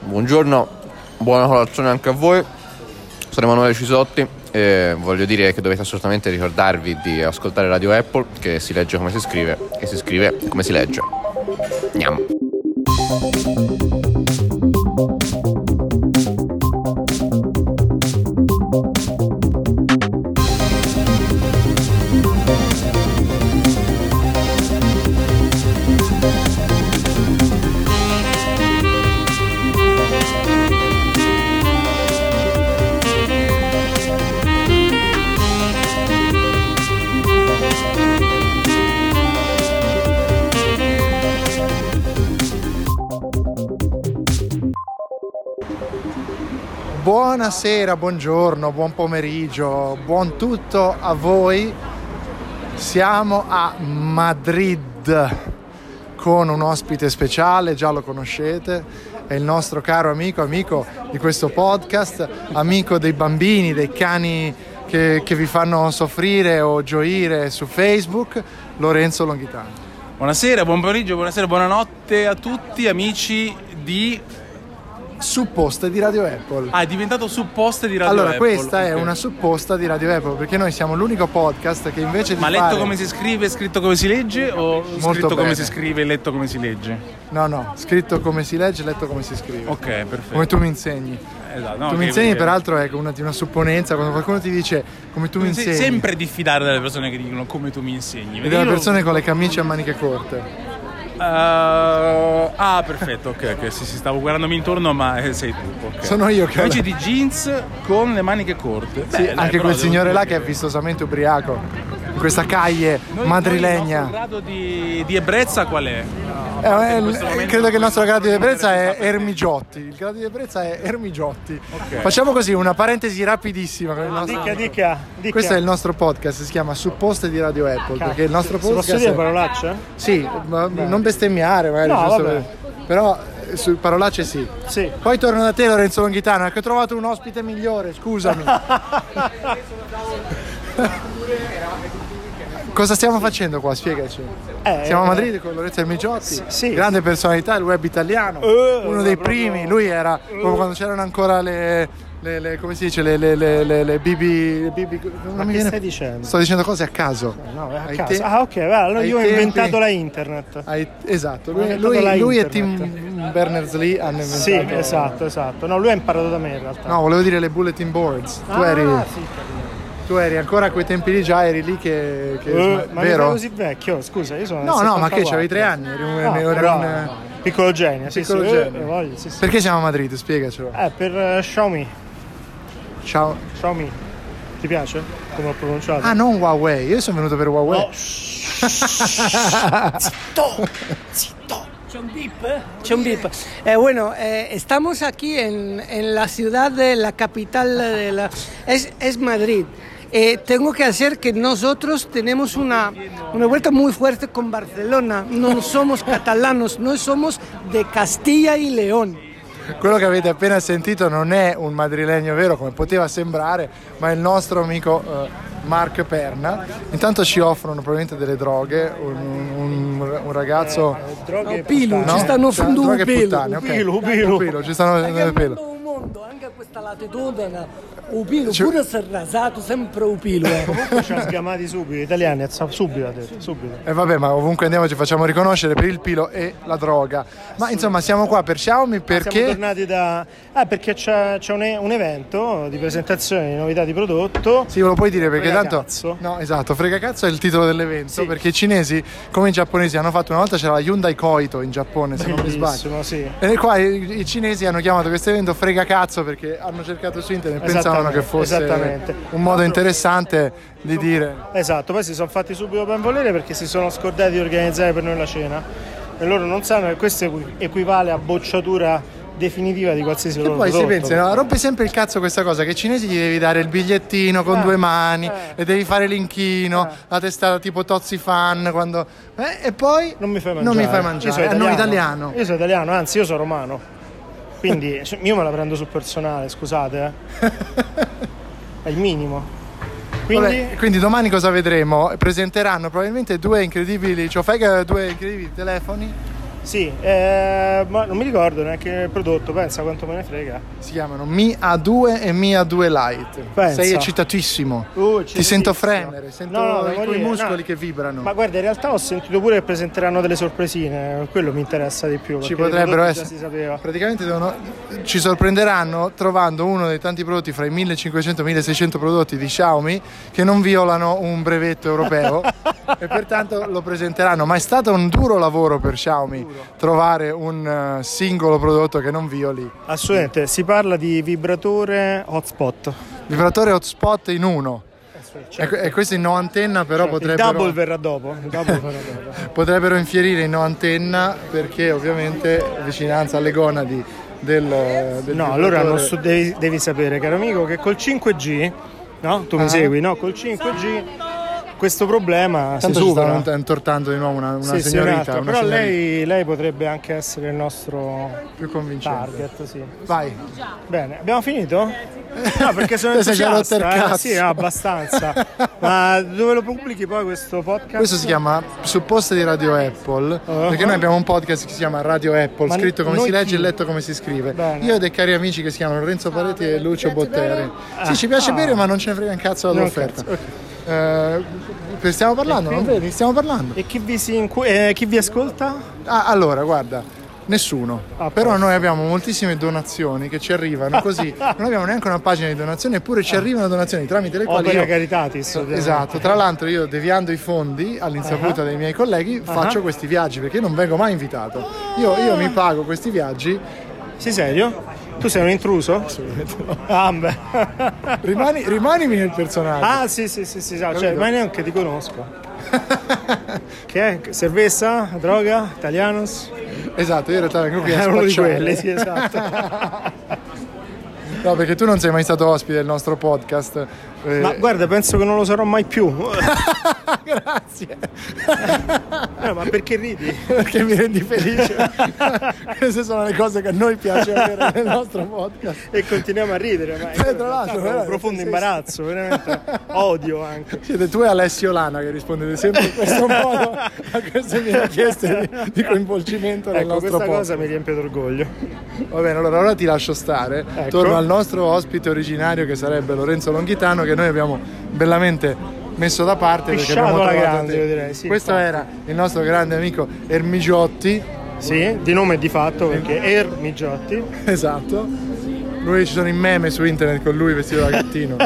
buongiorno, buona colazione anche a voi. Sono Emanuele Cisotti e voglio dire che dovete assolutamente ricordarvi di ascoltare Radio Apple, che si legge come si scrive e si scrive come si legge. Andiamo. Buonasera, buongiorno, buon pomeriggio, buon tutto a voi. Siamo a Madrid con un ospite speciale, già lo conoscete, è il nostro caro amico, amico di questo podcast, amico dei bambini, dei cani che, che vi fanno soffrire o gioire su Facebook, Lorenzo Longhitano. Buonasera, buon pomeriggio, buonasera, buonanotte a tutti amici di... Supposta di Radio Apple. Ah, è diventato supposte di Radio Allora, Apple. questa è Ok. una supposta di Radio Apple perché noi siamo l'unico podcast che invece di Ma letto fare... come si scrive, scritto come si legge o scritto bene. come si scrive e letto come si legge? No, no, scritto come si legge, letto come si scrive. Ok, perfetto. Come tu mi insegni. Esatto, no, tu ok, mi insegni, perché- peraltro, è una, di una supponenza. Quando qualcuno ti dice come tu mi Se- insegni, Sempre diffidare dalle persone che dicono come tu mi insegni. e delle Io- persone con le camicie a maniche corte. Eh, ah, perfetto, ok, ok, sì, sì, stavo guardandomi intorno, ma eh, sei tu. ok. Sono io che ho Invece la- di jeans con le maniche corte. Beh, Sì, dai, anche Eh, però quel devo signore là dire che è vistosamente ubriaco. In questa caglie Noi- madrilegna. Noi, il nostro grado di, di ebbrezza qual è? Eh, eh, in questo eh, momento credo che il nostro grado di dobbiamo ebbrezza è restare- Ermigiotti. Il grado di ebbrezza è Ermigiotti. Ok. Ah, Facciamo così una parentesi rapidissima. con il nostro- Dica, dica, dica. Ah. Questo è il nostro podcast, si chiama Supposte di Radio Apple. Perché il nostro Se Posso podcast. dire è- parolacce? Sì, ma non bestemmiare, magari. Eh, No, giusto vabbè. per- Però eh, su parolacce sì. Sì. Poi torno da te, Lorenzo Longhitano, che ho trovato un ospite migliore, scusami. Cosa stiamo facendo qua? Spiegaci. Eh, Siamo a eh, Madrid con Lorenzo Ermigiotti, sì. grande personalità del web italiano, Eh, uno dei proprio- primi. Lui era come quando c'erano ancora le. le- le- come si dice? Le, le, le, le, le BB. le BB non Ma mi che viene- stai dicendo? Sto dicendo cose a caso. No, è a Ai caso. te- Ah, ok, va, allora ai io ho tempi- inventato la internet. ai- esatto, lui, Ho inventato lui- la lui e internet. Tim Berners-Lee hanno inventato. Sì, esatto, esatto. No, lui ha imparato da me in realtà. No, volevo dire le bulletin boards. Tu, Ah, eri, sì. tu eri ancora a quei tempi lì, già eri lì che. che Eh, sm- ma vero? io Eh, sono così vecchio, scusa, io sono No, del no, ma che 74. c'avevi tre anni? Eri un, No, eri un- Ah, però, piccolo genio, sì, piccolo sì, genio. eh, voglio, sì, sì. Perché siamo a Madrid? Spiegacelo. Eh, per eh, Xiaomi, Ciao. Xiaomi. Ti piace come ho pronunciato? Ah, non Huawei, io sono venuto per Huawei. No. C'è un bip, eh? C'è un bip. Eh, bueno, eh, estamos aquí en, en la ciudad de la capital de la... Es, es Madrid. Eh, tengo que hacer que nosotros tenemos una, una vuelta muy fuerte con Barcelona. No somos catalanos, no somos de Castilla y León. Quello che avete appena sentito non è un madrilegno vero come poteva sembrare, ma è il nostro amico eh, Mark Perna. Intanto ci offrono probabilmente delle droghe, un, un- un ragazzo... Droghe No, Pilu, puttane. ci stanno offrendo droghe un pelo, puttane, un ok. Eh, pelo, un Un pelo. pelo, ci stanno offrendo del pelo. un pues, mondo, anche a questa latitudine, Upilo, Ci- pure se rasato, sempre Upilo. Eh. Comunque ci ha sgamati subito, italiani, subito ha detto, subito. E vabbè, ma ovunque andiamo ci facciamo riconoscere per il pilo e la droga. Ma insomma, siamo qua per Xiaomi Ah, Siamo perché... tornati da... Ah, perché c'è, c'è un, e- un evento di presentazione di novità di prodotto. Sì, ve lo puoi dire perché Frega tanto. cazzo. No, esatto, frega cazzo è il titolo dell'evento. Sì. Perché i cinesi, come i giapponesi, hanno fatto una volta c'era la Hyundai Koito in Giappone, se non mi sbaglio. Bellissimo, sì. E qua i, i cinesi hanno chiamato questo evento frega cazzo perché hanno cercato su internet e pensavano Esattamente, che fosse esattamente. un modo interessante di dire. Esatto, poi si sono fatti subito ben volere perché si sono scordati di organizzare per noi la cena. E loro non sanno che questo equi- equivale a bocciatura definitiva di qualsiasi E loro poi si prodotto. pensa, no, rompe sempre il cazzo questa cosa che ai cinesi gli devi dare il bigliettino con due mani e devi fare l'inchino, la testa tipo Tozzi fan quando... eh, e poi Non mi fai mangiare. Non mi fai Io mangiare. sono a noi italiano. Io sono italiano, anzi io sono romano. Quindi cioè, io me la prendo sul personale, scusate. eh. È il minimo. Quindi... Vabbè, quindi domani cosa vedremo? Presenteranno probabilmente due incredibili, cioè fai che- due incredibili telefoni Sì, eh, ma non mi ricordo neanche il prodotto, pensa quanto me ne frega. Si chiamano Mi A2 e Mi A2 Lite. Pensa. Sei eccitatissimo. Uh, Ti sento eccitatissimo. fremere, sento No, no, i devo tuoi dire, muscoli no. che vibrano. Ma guarda, in realtà ho sentito pure che presenteranno delle sorpresine, quello mi interessa di più. ci perché dei potrebbero prodotti già essere. Si sapeva. Praticamente devono- ci sorprenderanno trovando uno dei tanti prodotti fra i 1500-1600 prodotti di Xiaomi che non violano un brevetto europeo e pertanto lo presenteranno. Ma è stato un duro lavoro per Xiaomi trovare un eh, singolo prodotto che non violi. Assolutamente, si parla di vibratore hotspot. Vibratore hotspot in uno. Cioè, E, que- e questi no antenna però Certo, il Ecco, potrebbero... double verrà dopo. Il double verrà dopo. potrebbero infierire in no antenna perché ovviamente vicinanza alle gonadi del, del Eh, No, allora non vibratore. so- devi, devi sapere, caro amico, che col 5G, no? Tu mi Ah. segui, no? Col 5G questo problema Tanto si ci supera. stanno intortando di nuovo una, una Sì, sì, signorita, un'altra, una però signorita lei, lei potrebbe anche essere il nostro più convincente. target, sì. Vai. Bene, abbiamo finito? No, perché sono Te sei già rotto il entusiasta, eh? cazzo. sì, no, abbastanza. Ma dove lo pubblichi poi questo podcast? Questo si chiama Supposte di Radio Apple, Uh-huh. perché noi abbiamo un podcast che si chiama Radio Apple, Ma scritto come noi si legge chi? e letto come si scrive. Bene. Io ho dei cari amici che si chiamano Renzo Paletti e Lucio Botteri. Sì, ci piace Ah. bere, ma non ce ne frega un cazzo dall'offerta. Eh, stiamo parlando, non vedi? Stiamo parlando. E chi vi, si incu- eh, chi vi ascolta? Ah, allora, guarda, nessuno. Ah, Però noi abbiamo moltissime donazioni che ci arrivano così. non abbiamo neanche una pagina di donazioni, eppure ci arrivano donazioni tramite le quali. Opera Io... Caritatis. ovviamente. Esatto, tra l'altro io deviando i fondi Ah. all'insaputa dei miei colleghi faccio questi viaggi perché non vengo mai invitato. Io, io mi pago questi viaggi, Sei serio? Tu sei un intruso? Ah, beh. rimani, rimanimi nel personaggio. Ah, sì, sì, sì, sì, sa, cioè, Capito? ma neanche ti conosco. che è? Cervessa? Droga? Italianos? Esatto, io in realtà vengo qui a È uno di spacciare. quelli, sì, esatto. No, perché tu non sei mai stato ospite del nostro podcast. eh, ma guarda, penso che non lo sarò mai più. grazie, No, Eh, ma perché ridi? perché mi rendi felice. Queste sono le cose che a noi piace avere nel nostro podcast. E continuiamo a ridere. Ma Sì, Eh, tra l'altro, è un veramente, profondo sì, sì. imbarazzo, veramente. Odio anche. Siete tu e Alessio Lana che rispondete sempre in questo modo a queste mie richieste di, di coinvolgimento nel Ecco, nostro questa podcast. cosa mi riempie d'orgoglio. Va bene, allora ora ti lascio stare. Ecco. Torno al nostro ospite originario che sarebbe Lorenzo Longhitano che noi abbiamo bellamente messo da parte Pisciato perché abbiamo alla trovato grande, te. io direi, sì, Questo era il nostro grande amico Ermigiotti, Sì, di nome e di fatto, perché Er Migiotti. esatto. Lui ci sono i meme su internet con lui vestito da gattino.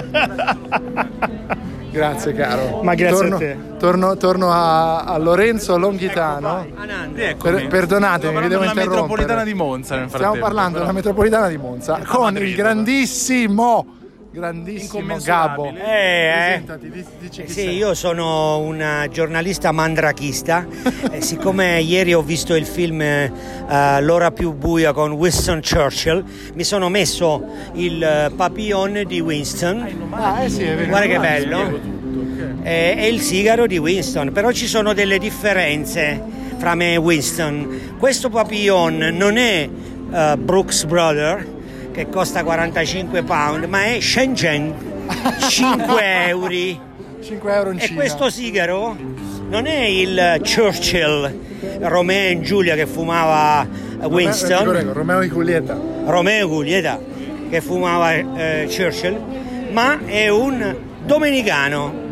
grazie caro. Ma grazie a torno, te. Torno, torno a, a Lorenzo Longhitano. Ecco Eccomi. Per- perdonatemi, Stiamo vi devo parlando della interrompere. metropolitana di Monza nel Stiamo frattempo, parlando però. della metropolitana di Monza con il Madrid, grandissimo, grandissimo Gabbo. Incommensurabile. Eh, eh. Presentati, dici- dici chi Sì, sei. io sono un giornalista mandrachista e Eh, siccome ieri ho visto il film eh, eh, L'ora più buia con Winston Churchill, mi sono messo il eh, papillon di Winston, Ah, eh sì, è vero. guarda che bello, Eh, e, e il sigaro di Winston, però ci sono delle differenze fra me e Winston. Questo papillon non è eh, Brooks Brother, che costa 45 pound, ma è Shenzhen, 5 euro. 5 euro in E Cina. Eh, questo sigaro non è il Churchill Romeo e Giulia che fumava Eh, ti correggo, Winston, Romeo di Giulietta. Romeo e Giulietta che fumava eh, Churchill, ma è un domenicano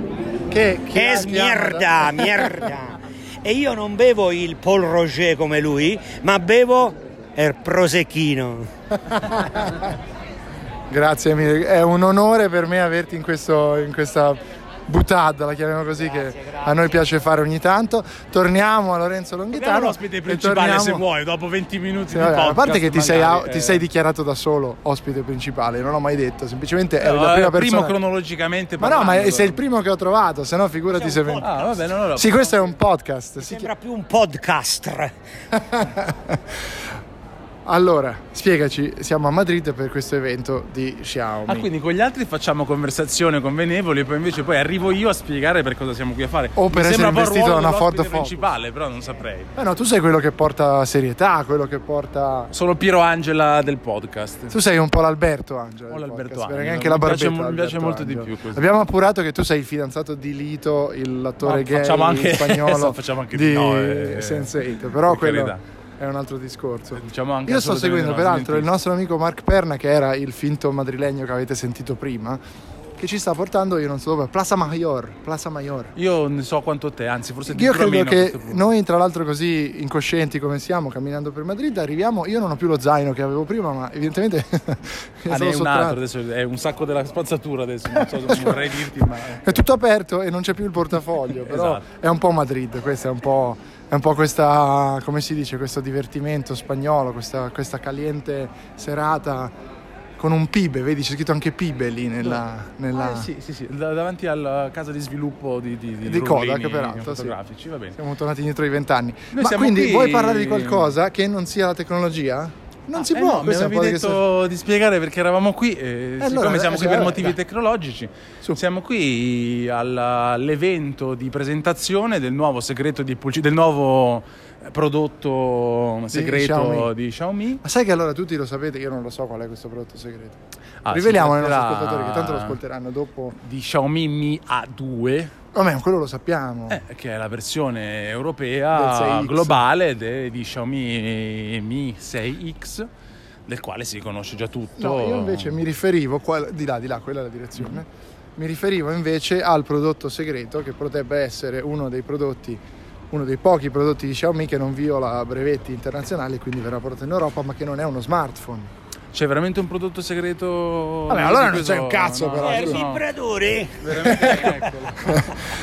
Che, che ha- è ha- smierda, mierda. E io non bevo il Paul Roger come lui, ma bevo il prosecchino. Grazie mille, è un onore per me averti in, questo- in questa buttada, la chiamiamo così, che a noi piace fare ogni tanto. Torniamo a Lorenzo Abbiamo Longhitano. l'ospite e principale se torniamo- vuoi, dopo 20 minuti Sì, di vabbè, podcast. a parte che ti sei, magari, ti eh. sei dichiarato da solo ospite principale, non l'ho mai detto, semplicemente eri No, la eh, prima primo persona. cronologicamente ma no, ma parlando. sei il primo che ho trovato, se no figurati se ven- Ah, vabbè, no, no, no. Sì, questo è un podcast. si Sembra più un podcaster. chi- Allora, spiegaci, siamo a Madrid per questo evento di Xiaomi. Ah, quindi con gli altri facciamo conversazione convenevoli e poi invece poi arrivo io a spiegare per cosa siamo qui a fare. O per Mi essere sembra un po' il investito ruolo da una dell'ospite Ford Focus. principale, però non saprei. Eh no, tu sei quello che porta serietà, quello che porta... Sono Piero Angela del podcast. Tu sei un po' l'Alberto Angelo. Un po' del l'Alberto podcast, Angelo, perché anche mi la piace- barbetta mi piace Alberto molto di Angelo. più questo. Abbiamo appurato che tu sei il fidanzato di Lito, il- l'attore Ma gay facciamo anche- spagnolo facciamo anche di di no, eh, Sense8, però per quello carità. è è un altro discorso. Diciamo anche Io sto assolutamente seguendo no, peraltro il smentito. nostro amico Mark Perna, che era il finto madrilegno che avete sentito prima, che ci sta portando, io non so dove, Plaza Mayor. Plaza Mayor. Io ne so quanto te, anzi forse ti Io dico credo meno a che questo punto. noi, tra l'altro, così incoscienti come siamo, camminando per Madrid, arriviamo. Io non ho più lo zaino che avevo prima, ma evidentemente Ah, è stato ne è un altro, sottratto. adesso è un sacco della spazzatura adesso, non so se vorrei dirti, ma... È tutto aperto e non c'è più il portafoglio, però Esatto. è un po' Madrid, questo è un po', è un po' questa, come si dice, questo divertimento spagnolo, questa, questa caliente serata con un pibe, vedi c'è scritto anche pibe lì nella... nella- Ah, sì, sì, sì, da- davanti alla casa di sviluppo di, di, di, Di Kodak, rullini peraltro, sì. fotografici, va bene. Siamo tornati indietro ai vent'anni. Noi Ma siamo quindi qui- vuoi parlare di qualcosa che non sia la tecnologia? Non si Eh può, no, mi questo è un avevi po' di questo- detto di spiegare perché eravamo qui, eh, siccome allora, siamo cioè, qui per vabbè, motivi dai. tecnologici, siamo qui alla- all'evento di presentazione del nuovo segreto di pulci- del nuovo eh, prodotto segreto Xiaomi. di Xiaomi. Ma sai che allora tutti lo sapete, io non lo so qual è questo prodotto segreto. Ah, Riveliamo si ai nostri tratterà ascoltatori che tanto lo ascolteranno dopo. Di Xiaomi Mi A2, Vabbè, quello lo sappiamo. eh, che è la versione Del europea 6X. globale de- di Xiaomi Mi 6X, del quale si conosce già tutto. No, io invece mi riferivo, qual- di là, di là, quella è la direzione, Mm-hmm. mi riferivo invece al prodotto segreto che potrebbe essere uno dei prodotti, uno dei pochi prodotti di Xiaomi che non viola brevetti internazionali, quindi verrà portato in Europa, ma che non è uno smartphone. C'è veramente un prodotto segreto? Vabbè, allora non c'è un cazzo, però. Eh, io no. vibratore.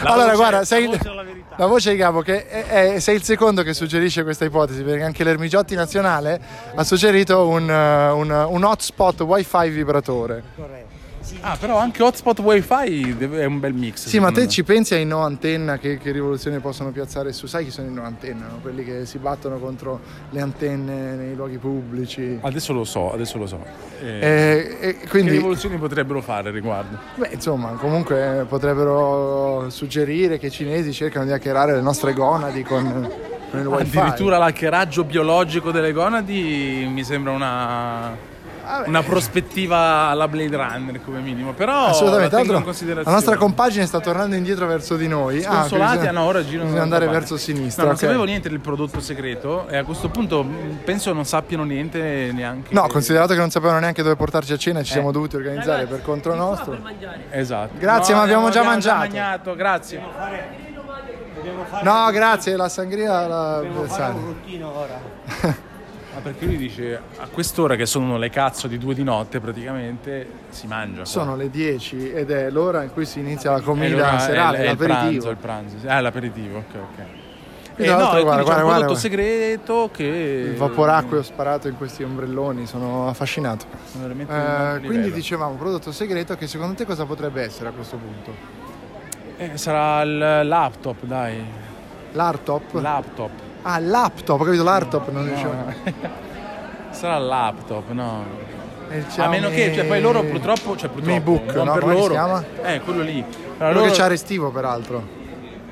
allora, voce- guarda, la sei voce è la verità. la voce di Gabo che è- è- sei il secondo che suggerisce questa ipotesi, perché anche l'Ermigiotti nazionale ha suggerito un, eh, un- un hotspot wifi vibratore. Ah, però anche hotspot wifi deve- è un bel mix. Sì, ma secondo te me. ci pensi ai no antenna che, che rivoluzione possono piazzare su? Sai chi sono i no antenna? no? Quelli che si battono contro le antenne nei luoghi pubblici. Adesso lo so, adesso lo so. Eh, E, e Che quindi, rivoluzioni potrebbero fare al riguardo? beh, insomma, comunque eh, potrebbero suggerire che i cinesi cercano di hackerare le nostre gonadi con, con il wifi. Addirittura l'hackeraggio biologico delle gonadi mi sembra una, Vabbè. una prospettiva alla Blade Runner come minimo. Però Assolutamente, Oh, la tengo in altro, la considerazione. nostra compagine sta tornando indietro verso di noi. Ah, Consolati, bisogna- ah, no, ora girano bisogna dall'altra andare parte. verso sinistra. No, non ok. sapevo niente del prodotto segreto e a questo punto mh, penso non sappiano niente neanche. No, considerato che non sapevano neanche dove portarci a cena, Eh. ci siamo dovuti Ragazzi, organizzare per conto di qua nostro. per mangiare. Esatto. Grazie, ma abbiamo già mangiato. mangiato, grazie. No, grazie, la sangria la Fare un versare. ruttino ora. Ma perché lui dice a quest'ora che sono le cazzo di due di notte praticamente si mangia. qua. Sono le 10 ed è l'ora in cui si inizia la Eh, comida allora è- serale, è il pranzo, l'aperitivo. il pranzo. sì. Ah, l'aperitivo, ok, ok. E Eh, tra no, l'altro, e quindi guarda, c'è guarda, un guarda. prodotto segreto che... Il vaporacqueo sparato in questi ombrelloni, sono affascinato. Sono veramente di un altro Eh, quindi livello. dicevamo, prodotto segreto che secondo te cosa potrebbe essere a questo punto? Eh, sarà il laptop, dai. L'artop? Laptop. ah, laptop, ho capito, l'artop non riuscivo. Sarà il laptop, no. È il A Xiaomi- meno che, cioè, poi loro purtroppo, cioè purtroppo, Mi Book, non no? per Come si loro. chiama? Eh, quello lì. Allora Quello loro- che c'ha Restivo peraltro.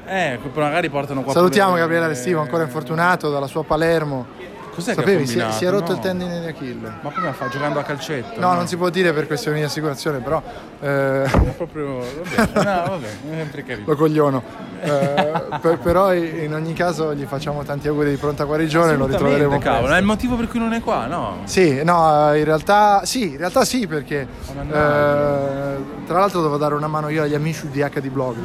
eh, poi magari portano qua Salutiamo pure- eh, Gabriele Restivo, ancora infortunato dalla sua Palermo. Cos'è che Sapevi, ha si è, si è combinato? rotto No. il tendine di Achille. Ma come fa giocando a calcetto? No, non si può dire per questioni di assicurazione, però eh, È proprio vabbè, no, vabbè, è sempre carino. lo cogliono. Eh, per- però i- in ogni caso gli facciamo tanti auguri di pronta guarigione, lo ritroveremo Assolutamente, cavolo, eh. è presto. il motivo per cui non è qua, no? Sì, no, eh, in realtà sì, in realtà sì perché eh, tra l'altro devo dare una mano io agli amici di HD Blog.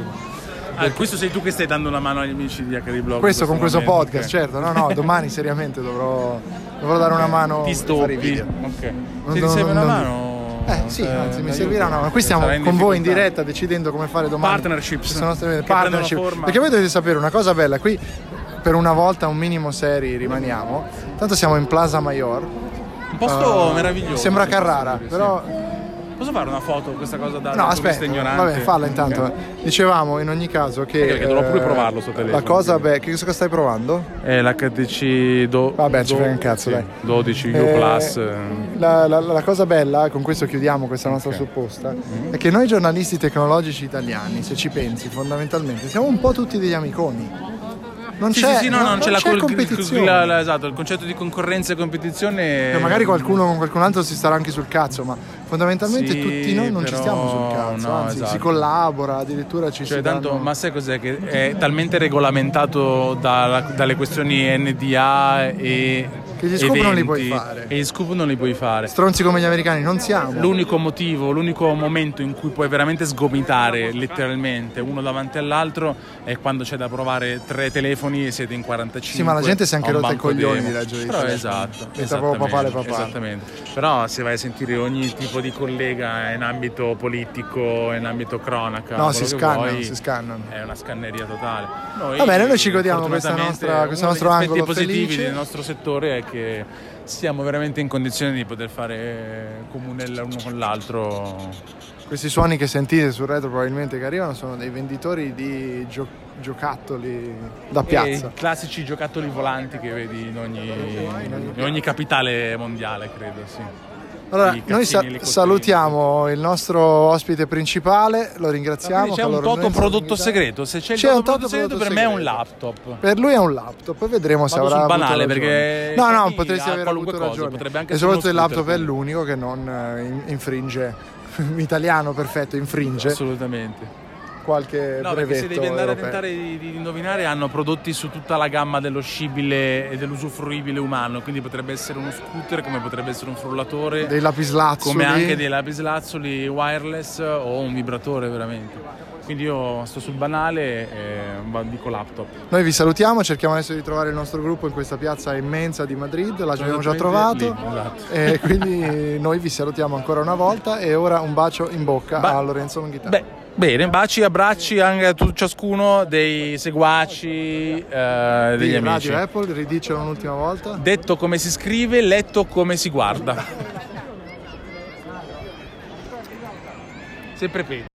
Ah, questo sei tu che stai dando la mano agli amici di HD Blog. Questo con questo momento, podcast, ok. certo, no, no, domani seriamente dovrò, dovrò dare una mano Ti per fare i stoppi. video. Ok. Non- Se ti non- serve una non- mano. Eh sì, eh, anzi mi aiuto. servirà una mano. Qui stiamo Sarai con voi in difficoltà. diretta decidendo come fare domani. Partnerships. Queste nostre Che partnership. prendono forma. Perché voi dovete sapere una cosa bella, qui per una volta un minimo seri rimaniamo. Tanto siamo in Plaza Mayor. Ah, Un posto Oh, meraviglioso. Eh, Sembra Carrara, però Posso fare una foto con questa cosa da da no, turista aspetta. ignorante? Vabbè, falla intanto. Ok. Dicevamo in ogni caso che eh, perché dovrò pure provarlo sul telefono, La cosa quindi. bella, che cosa stai provando? È l'HTC do- Vabbè, ci do- frega un cazzo, sì, dai. 12 U Eh, Plus. eh. La, la- la cosa bella, con questo chiudiamo questa nostra supposta, Mm-hmm. è che noi giornalisti tecnologici italiani, se ci pensi fondamentalmente, siamo un po' tutti degli amiconi. Non Sì, c'è, sì, sì, no, non- no, non c'è la c'è col- competizione. la- la- esatto, il concetto di concorrenza e competizione. Eh, magari qualcuno con qualcun altro si starà anche sul cazzo, ma fondamentalmente Sì, tutti noi non ci però stiamo sul cazzo, no, anzi si esatto. collabora, addirittura ci Cioè, si tanto, danno- ma sai cos'è? Che è talmente regolamentato dalla- dalle questioni NDA e. Che gli scoop non li eventi, puoi fare. E gli scoop non li puoi fare. Stronzi come gli americani non siamo. L'unico motivo, l'unico momento in cui puoi veramente sgomitare letteralmente uno davanti all'altro è quando c'è da provare tre telefoni e siete in 45. Sì, ma la gente si è anche a un rotta i banco coglioni demo. di leggere i Però telefoni. esatto. Diventa proprio papale, esattamente, papale. Esattamente. Però se vai a sentire ogni tipo di collega in ambito politico, in ambito cronaca, No, quello si che scannano, vuoi, si scannano. È una scanneria totale. Noi, Va bene, noi ci godiamo questa fortunatamente, nostra- questo uno nostro degli aspetti angolo positivi felice. del nostro settore è che siamo veramente in condizione di poter fare eh, comune l'uno con l'altro Questi suoni che sentite sul retro probabilmente che arrivano sono dei venditori di gio- giocattoli da E piazza. i classici giocattoli volanti che vedi in ogni, in ogni capitale mondiale, credo, sì. Allora, I cazzini, noi sa- le cotine. salutiamo il nostro ospite principale, lo ringraziamo. Quindi c'è Paolo un toto Lorenzo, prodotto ringraziamo. segreto. Se c'è il C'è toto un prodotto toto segreto, per prodotto me è un segreto. laptop. Per lui è un laptop, poi vedremo se Vado avrà sul avuto banale, ragione. perché No, no, Sony potresti ha aver avuto qualunque cosa, ragione. potrebbe anche e essere uno soprattutto il laptop scooter, è l'unico che non eh, in- infringe italiano perfetto, infringe Assolutamente. qualche No, perché se Eh, brevetto devi andare a europeo. tentare di, di indovinare, hanno prodotti su tutta la gamma dello scibile e dell'usufruibile umano. Quindi potrebbe essere uno scooter, come potrebbe essere un frullatore, dei lapislazzuli. come anche dei lapislazzoli wireless o un vibratore veramente. Quindi io sto sul banale e eh, va- dico laptop. Noi vi salutiamo, cerchiamo adesso di trovare il nostro gruppo in questa piazza immensa di Madrid, l'abbiamo già Esattamente trovato. Eh. lì, esatto. E quindi noi vi salutiamo ancora una volta e ora un bacio in bocca Ba- a Lorenzo Longhitano. Beh, bene, baci e abbracci anche a tu- ciascuno dei seguaci eh, Di degli amici. Radio Apple, ridicelo un'ultima volta. Detto come si scrive, letto come si guarda. Sempre peggio.